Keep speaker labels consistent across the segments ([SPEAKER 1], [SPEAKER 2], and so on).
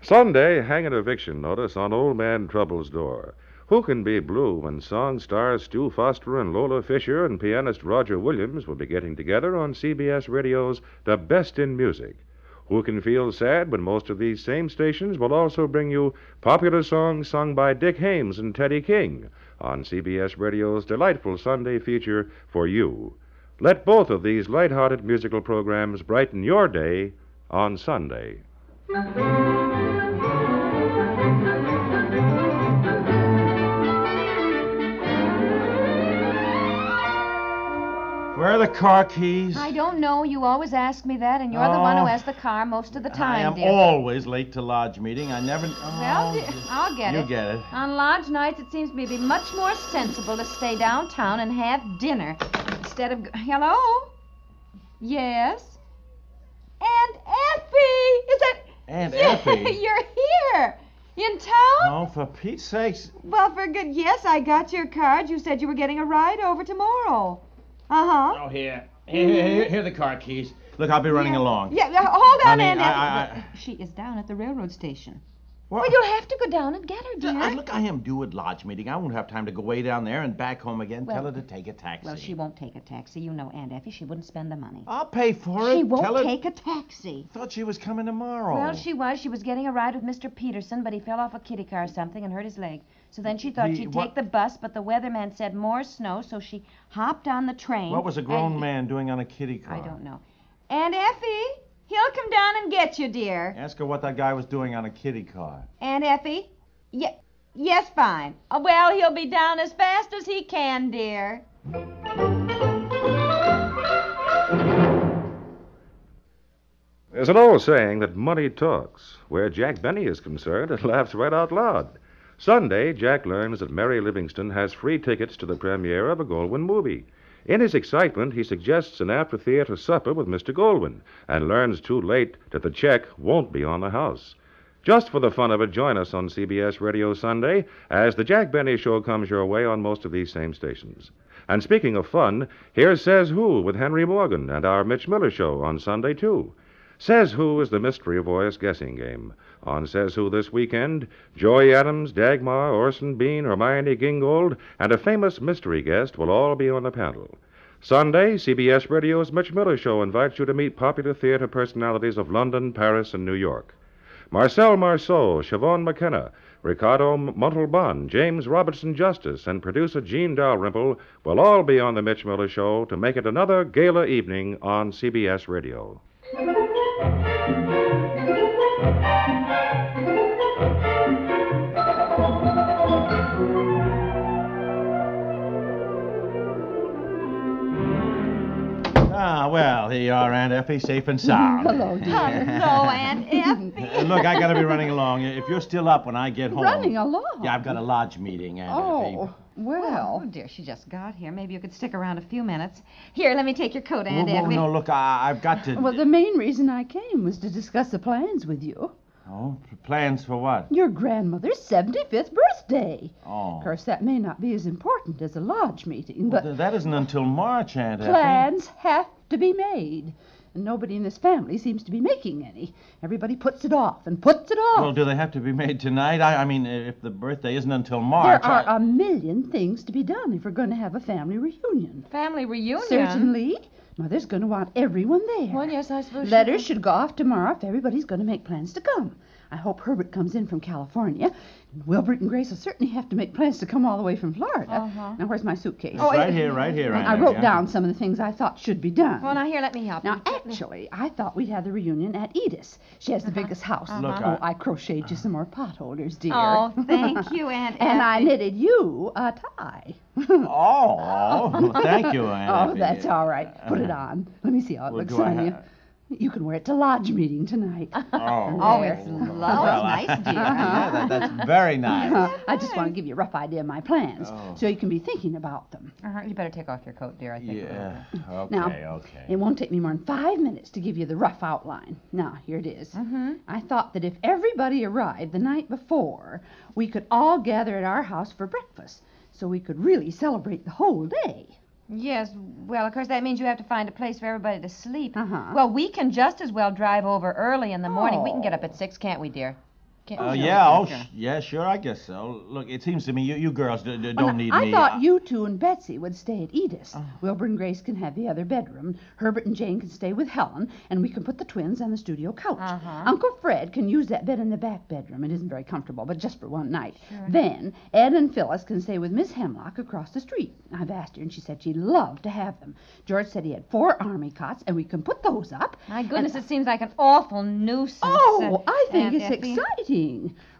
[SPEAKER 1] Sunday, hang an eviction notice on Old Man Trouble's door. Who can be blue when song stars Stu Foster and Lola Fisher and pianist Roger Williams will be getting together on CBS Radio's The Best in Music? Who can feel sad when most of these same stations will also bring you popular songs sung by Dick Hames and Teddy King on CBS Radio's delightful Sunday feature for you? Let both of these light-hearted musical programs brighten your day on Sunday.
[SPEAKER 2] Where are the car keys?
[SPEAKER 3] I don't know. You always ask me that, and you're the one
[SPEAKER 2] Oh.
[SPEAKER 3] who has the car most of the
[SPEAKER 2] I
[SPEAKER 3] time,
[SPEAKER 2] am
[SPEAKER 3] dear.
[SPEAKER 2] always late to lodge meeting. I never. Oh,
[SPEAKER 3] Well, di- I'll get
[SPEAKER 2] you
[SPEAKER 3] it.
[SPEAKER 2] get it.
[SPEAKER 3] On lodge nights, it seems to me to be much more sensible to stay downtown and have dinner instead of. g- Hello? Yes? Aunt Effie! Is that.
[SPEAKER 2] Aunt
[SPEAKER 3] Yeah,
[SPEAKER 2] Effie.
[SPEAKER 3] You're here! In town?
[SPEAKER 2] Oh, for Pete's sakes.
[SPEAKER 3] Well, for good. Yes, I got your card. You said you were getting a ride over tomorrow. Uh huh.
[SPEAKER 2] Oh, here.
[SPEAKER 4] Here, here, here, here are the car keys.
[SPEAKER 2] Look, I'll be running
[SPEAKER 3] Yeah.
[SPEAKER 2] along.
[SPEAKER 3] Yeah, yeah, hold on,
[SPEAKER 2] Honey,
[SPEAKER 3] Aunt
[SPEAKER 2] I-
[SPEAKER 3] Effie.
[SPEAKER 2] I-
[SPEAKER 3] But She is down at the railroad station.
[SPEAKER 2] What?
[SPEAKER 3] Well, you'll have to go down and get her, dear.
[SPEAKER 2] Uh, look, I am due at lodge meeting. I won't have time to go way down there and back home again. Tell her
[SPEAKER 3] Well-
[SPEAKER 2] to take a taxi.
[SPEAKER 3] well, she won't take a taxi. You know Aunt Effie. She wouldn't spend the money.
[SPEAKER 2] I'll pay for it.
[SPEAKER 3] she won't
[SPEAKER 2] Tell her- Oh.
[SPEAKER 3] take a taxi.
[SPEAKER 2] Thought she was coming tomorrow.
[SPEAKER 3] Well, she was. She was getting a ride with Mr. Peterson, but he fell off a kitty car or something and hurt his leg. So then she thought
[SPEAKER 2] The-
[SPEAKER 3] she'd
[SPEAKER 2] what-
[SPEAKER 3] take the bus, but the weatherman said more snow, so she hopped on the train.
[SPEAKER 2] What was a grown
[SPEAKER 3] and-
[SPEAKER 2] man doing on a kitty car?
[SPEAKER 3] I don't know. Aunt Effie, he'll come down and get you, dear.
[SPEAKER 2] Ask her what that guy was doing on a kitty car.
[SPEAKER 3] Aunt Effie? Ye- yes, fine. Uh, well, he'll be down as fast as he can, dear.
[SPEAKER 1] There's an old saying that money talks. Where Jack Benny is concerned, it laughs right out loud. Sunday, Jack learns that Mary Livingston has free tickets to the premiere of a Goldwyn movie. In his excitement, he suggests an after theater supper with Mr. Goldwyn and learns too late that the check won't be on the house. Just for the fun of it, join us on CBS Radio Sunday as the Jack Benny Show comes your way on most of these same stations. And speaking of fun, here's Says Who with Henry Morgan and our Mitch Miller Show on Sunday, too. Says Who is the mystery voice guessing game. On Says Who this weekend, Joy Adams, Dagmar, Orson Bean, Hermione Gingold, and a famous mystery guest will all be on the panel. Sunday, CBS Radio's Mitch Miller Show invites you to meet popular theater personalities of London, Paris, and New York. Marcel Marceau, Siobhan McKenna, Ricardo M- Montalban, James Robertson Justice, and producer Gene Dalrymple will all be on The Mitch Miller Show to make it another gala evening on CBS Radio.
[SPEAKER 2] Ah, well, here you are, Aunt Effie, safe and sound.
[SPEAKER 5] Hello, dear.
[SPEAKER 3] Oh, no, Aunt
[SPEAKER 2] Uh,
[SPEAKER 3] Effie.
[SPEAKER 2] Look, I gotta be running along. If you're still up when I get home.
[SPEAKER 5] Running along.
[SPEAKER 2] Yeah, I've got a lodge meeting, Aunt Effie.
[SPEAKER 3] Oh,
[SPEAKER 5] Oh, well.
[SPEAKER 3] dear, she just got here. Maybe you could stick around a few minutes. Here, let me take your coat,
[SPEAKER 2] Well,
[SPEAKER 3] Aunt
[SPEAKER 2] well,
[SPEAKER 3] Effie.
[SPEAKER 2] no, look, I, I've got to.
[SPEAKER 5] Well, the main reason I came was to discuss the plans with you.
[SPEAKER 2] Oh, p- plans for what?
[SPEAKER 5] Your grandmother's 75th birthday.
[SPEAKER 2] Oh.
[SPEAKER 5] Of course, that may not be as important as a lodge meeting,
[SPEAKER 2] Well,
[SPEAKER 5] but
[SPEAKER 2] th- that isn't until March, Aunt Effie.
[SPEAKER 5] plans have to be made. And nobody in this family seems to be making any. Everybody puts it off and puts it off.
[SPEAKER 2] Well, do they have to be made tonight? I, I mean, uh, if the birthday isn't until March.
[SPEAKER 5] there are uh,
[SPEAKER 2] I-
[SPEAKER 5] a million things to be done if we're going to have a family reunion.
[SPEAKER 3] Family reunion.
[SPEAKER 5] Certainly. Mother's going to want everyone there.
[SPEAKER 3] Oh, Well, yes, I suppose. she-
[SPEAKER 5] Letters should go off tomorrow if everybody's going to make plans to come. I hope Herbert comes in from California. And Wilbert and Grace will certainly have to make plans to come all the way from Florida.
[SPEAKER 3] Uh-huh.
[SPEAKER 5] Now, where's my suitcase?
[SPEAKER 2] It's right here, right here, Aunt
[SPEAKER 5] oh, I
[SPEAKER 2] Effie.
[SPEAKER 5] wrote down some of the things I thought should be done.
[SPEAKER 3] Well, now here, let me help
[SPEAKER 5] Now,
[SPEAKER 3] you.
[SPEAKER 5] actually, I thought we'd have the reunion at Edith's. She has the
[SPEAKER 3] Uh-huh.
[SPEAKER 5] biggest house.
[SPEAKER 2] Look,
[SPEAKER 5] oh,
[SPEAKER 2] I-
[SPEAKER 5] I crocheted you some more potholders, dear.
[SPEAKER 3] Oh, thank you, Uh, Aunt
[SPEAKER 5] and I
[SPEAKER 3] Effie.
[SPEAKER 5] knitted you a tie.
[SPEAKER 2] Oh, thank you, Aunt
[SPEAKER 5] oh,
[SPEAKER 2] Effie.
[SPEAKER 5] that's all right. Put it on. Let me see how it
[SPEAKER 2] Uh-huh. Well,
[SPEAKER 5] looks
[SPEAKER 2] do I
[SPEAKER 5] on
[SPEAKER 2] ha-
[SPEAKER 5] you. You can wear it to lodge meeting tonight.
[SPEAKER 2] Oh,
[SPEAKER 3] Oh, it's
[SPEAKER 2] no.
[SPEAKER 3] lo-
[SPEAKER 2] Well, I-
[SPEAKER 3] nice, dear.
[SPEAKER 2] yeah, that- that's very nice.
[SPEAKER 5] I just want to give you a rough idea of my plans
[SPEAKER 2] Oh.
[SPEAKER 5] so you can be thinking about them.
[SPEAKER 3] Uh-huh. You better take off your coat, dear, I think.
[SPEAKER 2] Yeah. Okay,
[SPEAKER 5] Now, It
[SPEAKER 2] okay.
[SPEAKER 5] won't take me more than five minutes to give you the rough outline. Now, here it is. I thought that if everybody arrived the night before, we could all gather at our house for breakfast so we could really celebrate the whole day.
[SPEAKER 3] Yes, well, of course, that means you have to find a place for everybody to sleep.
[SPEAKER 5] Uh-huh.
[SPEAKER 3] Well, we can just as well drive over early in the morning. We can get up at
[SPEAKER 5] Oh.
[SPEAKER 3] six, can't we, dear? Can't
[SPEAKER 2] Uh,
[SPEAKER 3] we?
[SPEAKER 2] yeah, oh, sh- yeah, sure, I guess so. Look, it seems to me you, you girls d- d- don't
[SPEAKER 5] Well, now,
[SPEAKER 2] need
[SPEAKER 5] I
[SPEAKER 2] me. Oh.
[SPEAKER 5] thought
[SPEAKER 2] Uh,
[SPEAKER 5] you two and Betsy would stay at Edith's. Wilbur and Grace can have the other bedroom. Herbert and Jane can stay with Helen, and we can put the twins on the studio couch.
[SPEAKER 3] Uh-huh.
[SPEAKER 5] Uncle Fred can use that bed in the back bedroom. It isn't very comfortable, but just for one night. Then Ed and Phyllis can stay with Miss Hemlock across the street. I've asked her, and she said she'd love to have them. George said he had four army cots, and we can put those up.
[SPEAKER 3] My
[SPEAKER 5] And-
[SPEAKER 3] goodness, it seems like an awful nuisance.
[SPEAKER 5] Oh,
[SPEAKER 3] uh,
[SPEAKER 5] I think
[SPEAKER 3] Aunt
[SPEAKER 5] it's
[SPEAKER 3] Effie.
[SPEAKER 5] exciting.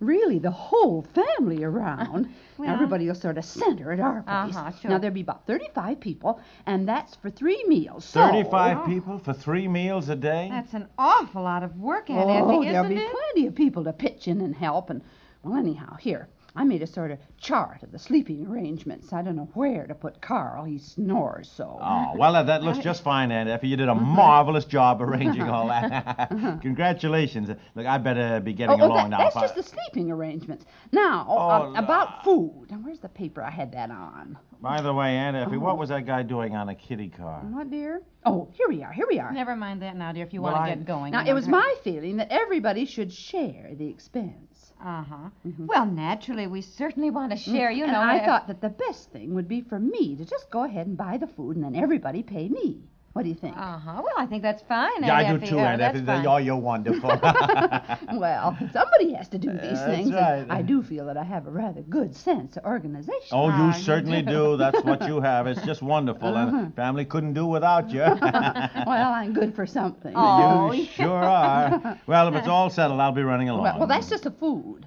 [SPEAKER 5] Really, the whole family around. Now,
[SPEAKER 3] Well-
[SPEAKER 5] everybody will sort of center at our place.
[SPEAKER 3] Uh-huh, sure.
[SPEAKER 5] Now, there'll be about 35 people, and that's for three meals. So-
[SPEAKER 2] 35 people for three meals a day?
[SPEAKER 3] That's an awful lot of work, Aunt
[SPEAKER 5] Oh,
[SPEAKER 3] Effie,
[SPEAKER 5] there'll
[SPEAKER 3] isn't
[SPEAKER 5] be
[SPEAKER 3] it?
[SPEAKER 5] plenty of people to pitch in and help. And, well, anyhow, here, I made a sort of chart of the sleeping arrangements. I don't know where to put Carl. He snores so.
[SPEAKER 2] Oh, well, uh, that looks just fine, Aunt Effie. You did a marvelous job arranging all that. Congratulations. Look, I better be
[SPEAKER 5] Oh,
[SPEAKER 2] getting
[SPEAKER 5] oh,
[SPEAKER 2] along now.
[SPEAKER 5] that- that's
[SPEAKER 2] Fi-
[SPEAKER 5] just the sleeping arrangements. Now,
[SPEAKER 2] Oh,
[SPEAKER 5] uh,
[SPEAKER 2] no.
[SPEAKER 5] about food. Now, where's the paper I had that on?
[SPEAKER 2] By the way, Aunt Effie, what was that guy doing on a kitty car?
[SPEAKER 5] What, dear? Oh, here we are. Here we are.
[SPEAKER 3] Never mind that now, dear, if you
[SPEAKER 2] Well,
[SPEAKER 3] want
[SPEAKER 2] I-
[SPEAKER 3] to get going.
[SPEAKER 5] Now,
[SPEAKER 3] you
[SPEAKER 5] it was
[SPEAKER 3] know.
[SPEAKER 5] my feeling that everybody should share the expense.
[SPEAKER 3] Uh-huh.
[SPEAKER 2] Mm-hmm.
[SPEAKER 3] Well, naturally, we certainly want to share, you
[SPEAKER 5] and
[SPEAKER 3] know.
[SPEAKER 5] I
[SPEAKER 3] if-
[SPEAKER 5] thought that the best thing would be for me to just go ahead and buy the food and then everybody pay me. What do you think?
[SPEAKER 3] Uh-huh. Well, I think that's fine,
[SPEAKER 2] Yeah,
[SPEAKER 3] Aunt
[SPEAKER 2] I
[SPEAKER 3] Effie.
[SPEAKER 2] do too,
[SPEAKER 3] Oh,
[SPEAKER 2] Aunt
[SPEAKER 3] that's
[SPEAKER 2] Effie.
[SPEAKER 3] fine.
[SPEAKER 2] Oh, you're wonderful.
[SPEAKER 5] well, somebody has to do these
[SPEAKER 2] That's
[SPEAKER 5] things. and
[SPEAKER 2] right.
[SPEAKER 5] I do feel that I have a rather good sense of organization.
[SPEAKER 2] oh,
[SPEAKER 3] Ah, you
[SPEAKER 2] you certainly do. That's what you have. It's just wonderful. And family couldn't do without you.
[SPEAKER 5] well, I'm good for something.
[SPEAKER 3] Oh,
[SPEAKER 2] you
[SPEAKER 3] yeah.
[SPEAKER 2] sure are. Well, if it's all settled, I'll be running along.
[SPEAKER 5] Well, well, that's just the food.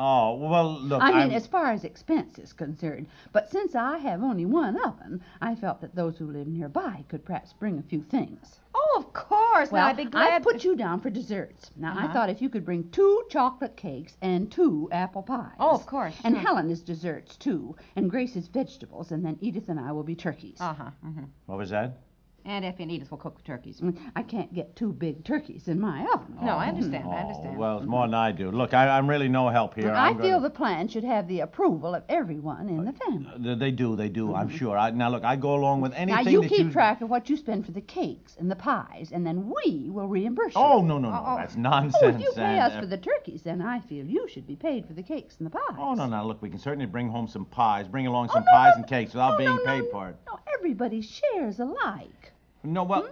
[SPEAKER 2] Oh, well, look.
[SPEAKER 5] I mean,
[SPEAKER 2] I'm-
[SPEAKER 5] as far as expense is concerned. But since I have only one oven, I felt that those who live nearby could perhaps bring a few things.
[SPEAKER 3] Oh, of course.
[SPEAKER 5] Well,
[SPEAKER 3] now, I'd be glad.
[SPEAKER 5] I put you down for desserts. Now, I
[SPEAKER 3] Uh-huh.
[SPEAKER 5] thought if you could bring two chocolate cakes and two apple pies.
[SPEAKER 3] Oh, of course,
[SPEAKER 5] And
[SPEAKER 3] sure.
[SPEAKER 5] Helen is desserts, too, and Grace is vegetables, and then Edith and I will be turkeys.
[SPEAKER 3] Uh-huh. mhm.
[SPEAKER 2] What was that?
[SPEAKER 3] Aunt Effie and Edith will cook turkeys.
[SPEAKER 5] Mm, I can't get two big turkeys in my oven.
[SPEAKER 3] No, I understand. I understand.
[SPEAKER 2] Oh, well, it's more than I do. Look, I, I'm really no help here.
[SPEAKER 5] Mm-hmm. I
[SPEAKER 2] I'm gonna- Uh,
[SPEAKER 5] feel the plan should have the approval of everyone in the family.
[SPEAKER 2] Th- They do, they do, I'm sure. I, now, look, I go along with anything
[SPEAKER 5] Mm-hmm. Now, you
[SPEAKER 2] that
[SPEAKER 5] keep
[SPEAKER 2] you...
[SPEAKER 5] track of what you spend for the cakes and the pies, and then we will reimburse you.
[SPEAKER 2] Oh, no, no, no,
[SPEAKER 3] Uh-oh.
[SPEAKER 2] that's nonsense.
[SPEAKER 5] Oh, if you pay
[SPEAKER 2] and-
[SPEAKER 5] us for the turkeys, then I feel you should be paid for the cakes and the pies.
[SPEAKER 2] Oh, no, no, look, we can certainly bring home some pies. Bring along some
[SPEAKER 5] Oh, no,
[SPEAKER 2] pies
[SPEAKER 5] no,
[SPEAKER 2] and cakes without being paid for it.
[SPEAKER 5] No, everybody shares alike.
[SPEAKER 2] No, well...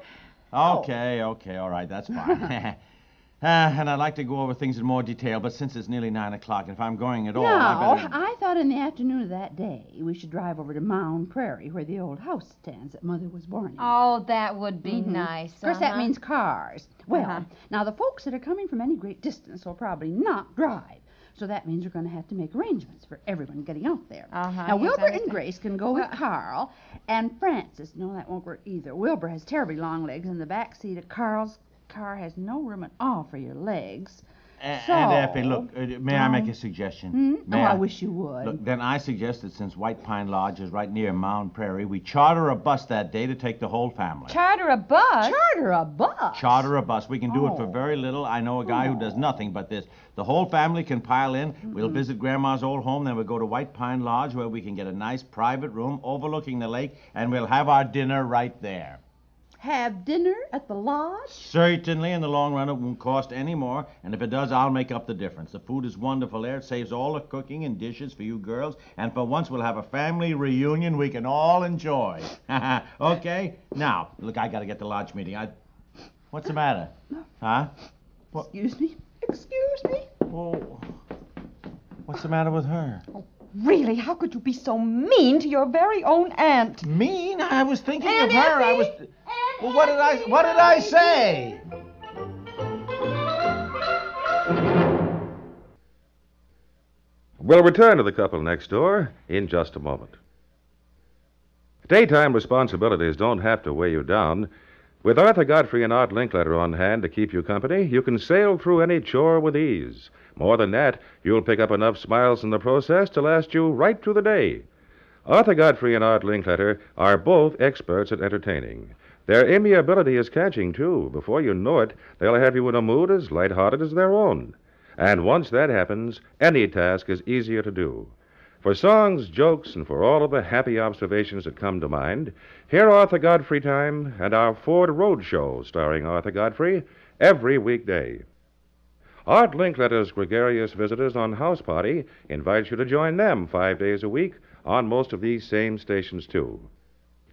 [SPEAKER 5] No.
[SPEAKER 2] Okay, okay, all right, that's fine. uh, and I'd like to go over things in more detail, but since it's nearly 9 o'clock, and if I'm going at all,
[SPEAKER 5] now,
[SPEAKER 2] I better...
[SPEAKER 5] I thought in the afternoon of that day we should drive over to Mound Prairie, where the old house stands that Mother was born in.
[SPEAKER 3] Oh, that would be nice.
[SPEAKER 5] Of course, that means cars. Well,
[SPEAKER 3] Uh-huh.
[SPEAKER 5] now the folks that are coming from any great distance will probably not drive. So that means we're going to have to make arrangements for everyone getting out there.
[SPEAKER 3] Uh-huh,
[SPEAKER 5] now,
[SPEAKER 3] yes, I
[SPEAKER 5] Wilbur and
[SPEAKER 3] understand. uh,
[SPEAKER 5] Grace can go with Carl, and Francis. No, that won't work either. Wilbur has terribly long legs, and the back seat of Carl's car has no room at all for your legs.
[SPEAKER 2] A- And, Effie,
[SPEAKER 5] So-
[SPEAKER 2] look, uh, may I make a suggestion?
[SPEAKER 5] Hmm?
[SPEAKER 2] May
[SPEAKER 5] oh,
[SPEAKER 2] I?
[SPEAKER 5] I wish you would.
[SPEAKER 2] Look, then I suggest that since White Pine Lodge is right near Mound Prairie, we charter a bus that day to take the whole family.
[SPEAKER 3] Charter a bus?
[SPEAKER 5] Charter a bus.
[SPEAKER 2] charter a bus. We can do it for
[SPEAKER 5] Oh.
[SPEAKER 2] very little. I know a guy who does nothing but this. The whole family can pile in. We'll visit Grandma's old home, then we'll go to White Pine Lodge where we can get a nice private room overlooking the lake, and we'll have our dinner right there.
[SPEAKER 5] Have dinner at the lodge.
[SPEAKER 2] Certainly, in the long run, it won't cost any more, and if it does, I'll make up the difference. The food is wonderful there. It saves all the cooking and dishes for you girls, and for once, we'll have a family reunion we can all enjoy. okay? Now, look, I got to get to lodge meeting. I... What's the matter? Huh?
[SPEAKER 5] Excuse me. Excuse me.
[SPEAKER 2] Whoa. What's the matter with her?
[SPEAKER 3] Really? How could you be so mean to your very own aunt?
[SPEAKER 2] Mean? I was thinking
[SPEAKER 3] Aunt
[SPEAKER 2] of her. I
[SPEAKER 3] Effie?
[SPEAKER 2] was. Well, what did I? What did I say?
[SPEAKER 1] We'll return to the couple next door in just a moment. Daytime responsibilities don't have to weigh you down. With Arthur Godfrey and Art Linkletter on hand to keep you company, you can sail through any chore with ease. More than that, you'll pick up enough smiles in the process to last you right through the day. Arthur Godfrey and Art Linkletter are both experts at entertaining. Their amiability is catching, too. Before you know it, they'll have you in a mood as lighthearted as their own. And once that happens, any task is easier to do. For songs, jokes, and for all of the happy observations that come to mind, hear Arthur Godfrey Time and our Ford Road Show starring Arthur Godfrey every weekday. Art Linkletter's gregarious visitors on House Party invites you to join them five days a week on most of these same stations, too.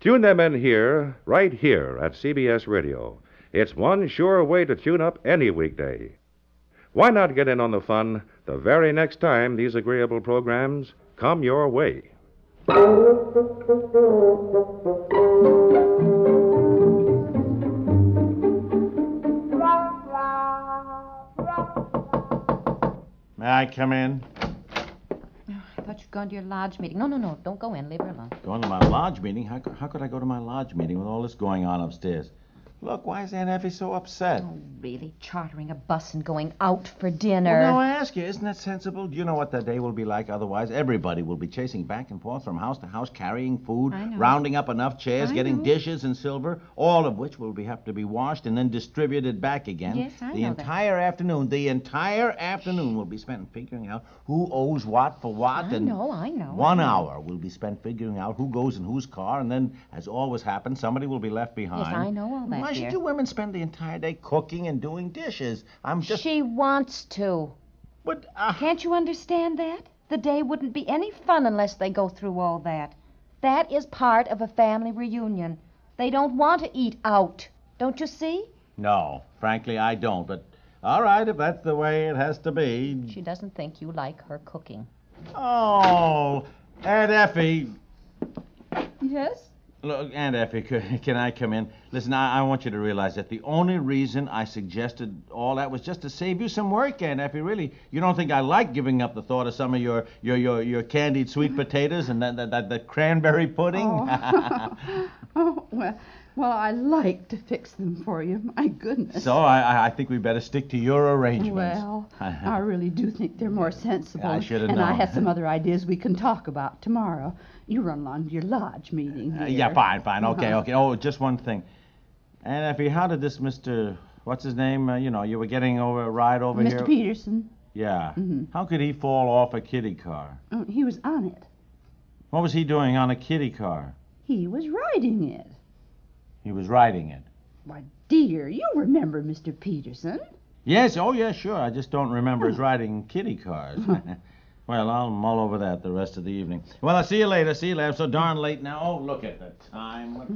[SPEAKER 1] Tune them in here, right here at CBS Radio. It's one sure way to tune up any weekday. Why not get in on the fun the very next time these agreeable programs come your way?
[SPEAKER 2] May I come in?
[SPEAKER 3] I thought you'd gone to your lodge meeting. No, no, no. Don't go in. Leave her alone.
[SPEAKER 2] Going to my lodge meeting? How, cou- how could I go to my lodge meeting with all this going on upstairs? Look, why is Aunt Effie so upset?
[SPEAKER 3] Oh, really? Chartering a bus and going out for dinner.
[SPEAKER 2] Well, now I ask you, isn't that sensible? Do you know what the day will be like otherwise? Everybody will be chasing back and forth from house to house, carrying food,
[SPEAKER 3] I know.
[SPEAKER 2] rounding up enough chairs,
[SPEAKER 3] I
[SPEAKER 2] getting
[SPEAKER 3] know.
[SPEAKER 2] dishes and silver, all of which will be, have to be washed and then distributed back again.
[SPEAKER 3] Yes, I
[SPEAKER 2] the
[SPEAKER 3] know that.
[SPEAKER 2] entire afternoon, the entire afternoon will be spent figuring out who owes what for what.
[SPEAKER 3] I
[SPEAKER 2] and
[SPEAKER 3] know, I know.
[SPEAKER 2] One hour will be spent figuring out who goes in whose car, and then, as always happens, somebody will be left behind.
[SPEAKER 3] I know all that,
[SPEAKER 2] Why
[SPEAKER 3] dear.
[SPEAKER 2] should you women spend the entire day cooking and doing dishes? I'm just.
[SPEAKER 3] She wants to.
[SPEAKER 2] But uh,
[SPEAKER 3] Can't you understand that? The day wouldn't be any fun unless they go through all that. That is part of a family reunion. They don't want to eat out. Don't you see?
[SPEAKER 2] No, frankly, I don't. But all right, if that's the way it has to be.
[SPEAKER 3] She doesn't think you like her cooking.
[SPEAKER 2] Oh, Aunt Effie.
[SPEAKER 5] Yes?
[SPEAKER 2] Look, Aunt Effie, c- can I come in? Listen, I, I want you to realize that the only reason I suggested all that was just to save you some work, Aunt Effie. Really, you don't think I like giving up the thought of some of your your your, your candied sweet potatoes and that that, that, that cranberry pudding?
[SPEAKER 5] Oh, well, well, I like to fix them for you. My goodness.
[SPEAKER 2] so I, I I think we better stick to your arrangements.
[SPEAKER 5] well, I really do think they're more sensible.
[SPEAKER 2] I shoulda
[SPEAKER 5] And I
[SPEAKER 2] known.
[SPEAKER 5] have some other ideas we can talk about tomorrow. You run along to your lodge meeting.
[SPEAKER 2] Uh, yeah,
[SPEAKER 5] dear.
[SPEAKER 2] fine, fine. Okay,
[SPEAKER 5] Uh-huh.
[SPEAKER 2] okay. Oh, just one thing. Aunt Effie, how did this Mr. What's his name? Uh, you know, you were getting over a ride over here.
[SPEAKER 5] Mr. Peterson,
[SPEAKER 2] Yeah.
[SPEAKER 5] Mm-hmm.
[SPEAKER 2] How could he fall off a kitty car?
[SPEAKER 5] uh, he was on it.
[SPEAKER 2] What was he doing on a kitty car?
[SPEAKER 5] He was riding it.
[SPEAKER 2] He was riding it.
[SPEAKER 5] Why, dear, you remember Mr. Peterson.
[SPEAKER 2] Yes. Oh, yeah. Sure. I just don't remember his riding kitty cars. well, I'll mull over that the rest of the evening. Well, I'll see you later. See you later. I'm so darn late now. Oh, look at the time. What-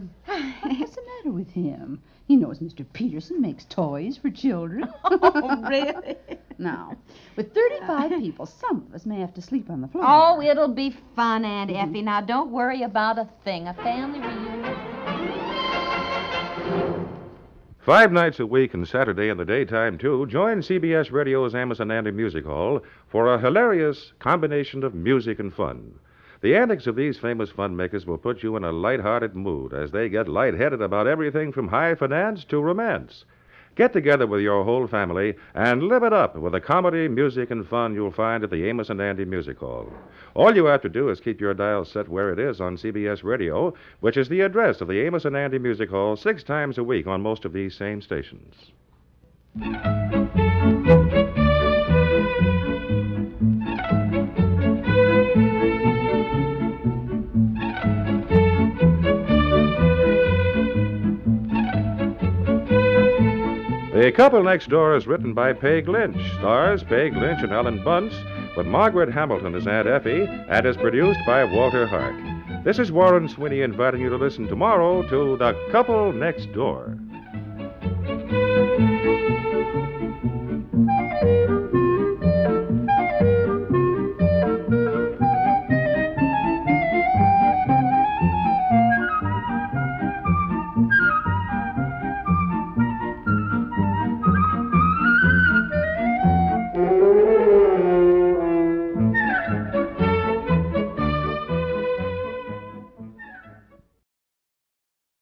[SPEAKER 5] What's the matter with him? He knows Mr. Peterson makes toys for children.
[SPEAKER 3] really?
[SPEAKER 5] now, with 35 people, some of us may have to sleep on the floor.
[SPEAKER 3] Oh, it'll be fun, Aunt
[SPEAKER 2] Mm-hmm.
[SPEAKER 3] Effie. Now, don't worry about a thing. A family reunion.
[SPEAKER 1] Five nights a week and Saturday in the daytime, too, join CBS Radio's Amazon Andy Music Hall for a hilarious combination of music and fun. The antics of these famous fun makers will put you in a lighthearted mood as they get lightheaded about everything from high finance to romance. Get together with your whole family and live it up with the comedy, music, and fun you'll find at the Amos and Andy Music Hall. All you have to do is keep your dial set where it is on CBS Radio, which is the address of the Amos and Andy Music Hall six times a week on most of these same stations. The Couple Next Door is written by Peg Lynch, stars Peg Lynch and Alan Bunce, with Margaret Hamilton as Aunt Effie, and is produced by Walter Hart. This is Warren Sweeney inviting you to listen tomorrow to The Couple Next Door.